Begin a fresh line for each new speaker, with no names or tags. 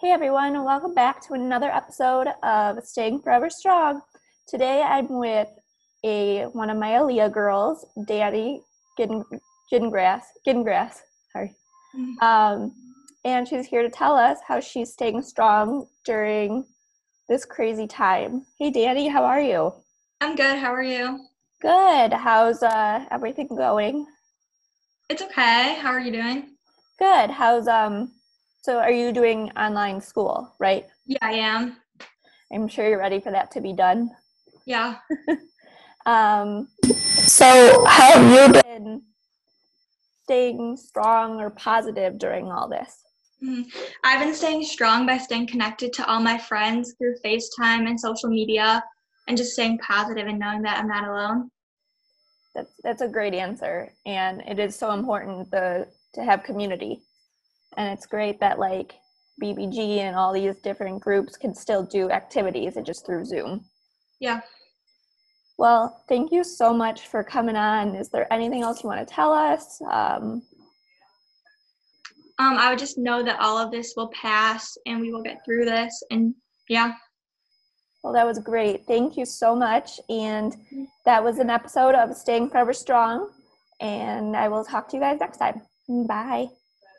Hey everyone, welcome back to another episode of Staying Forever Strong. Today I'm with a one of my Aaliyah girls, Danny Gin- Gingrass. Gingrass, sorry. Um, and she's here to tell us how she's staying strong during this crazy time. Hey Danny, how are you?
I'm good. How are you?
Good. How's uh, everything going?
It's okay. How are you doing?
Good. How's um? So are you doing online school, right?
Yeah, I am.
I'm sure you're ready for that to be done.
Yeah.
Um, so, how have you been staying strong or positive during all this?
Mhm. I've been staying strong by staying connected to all my friends through FaceTime and social media and just staying positive and knowing that I'm not alone.
That's that's a great answer, and it is so important the to have community, and it's great that like BBG and all these different groups can still do activities and just through Zoom.
Yeah.
Well, thank you so much for coming on. Is there anything else you want to tell us? Um,
Um, I would just know that all of this will pass and we will get through this. And yeah,
Well, that was great. Thank you so much. And that was an episode of Staying Forever Strong. And I will talk to you guys next time. Bye.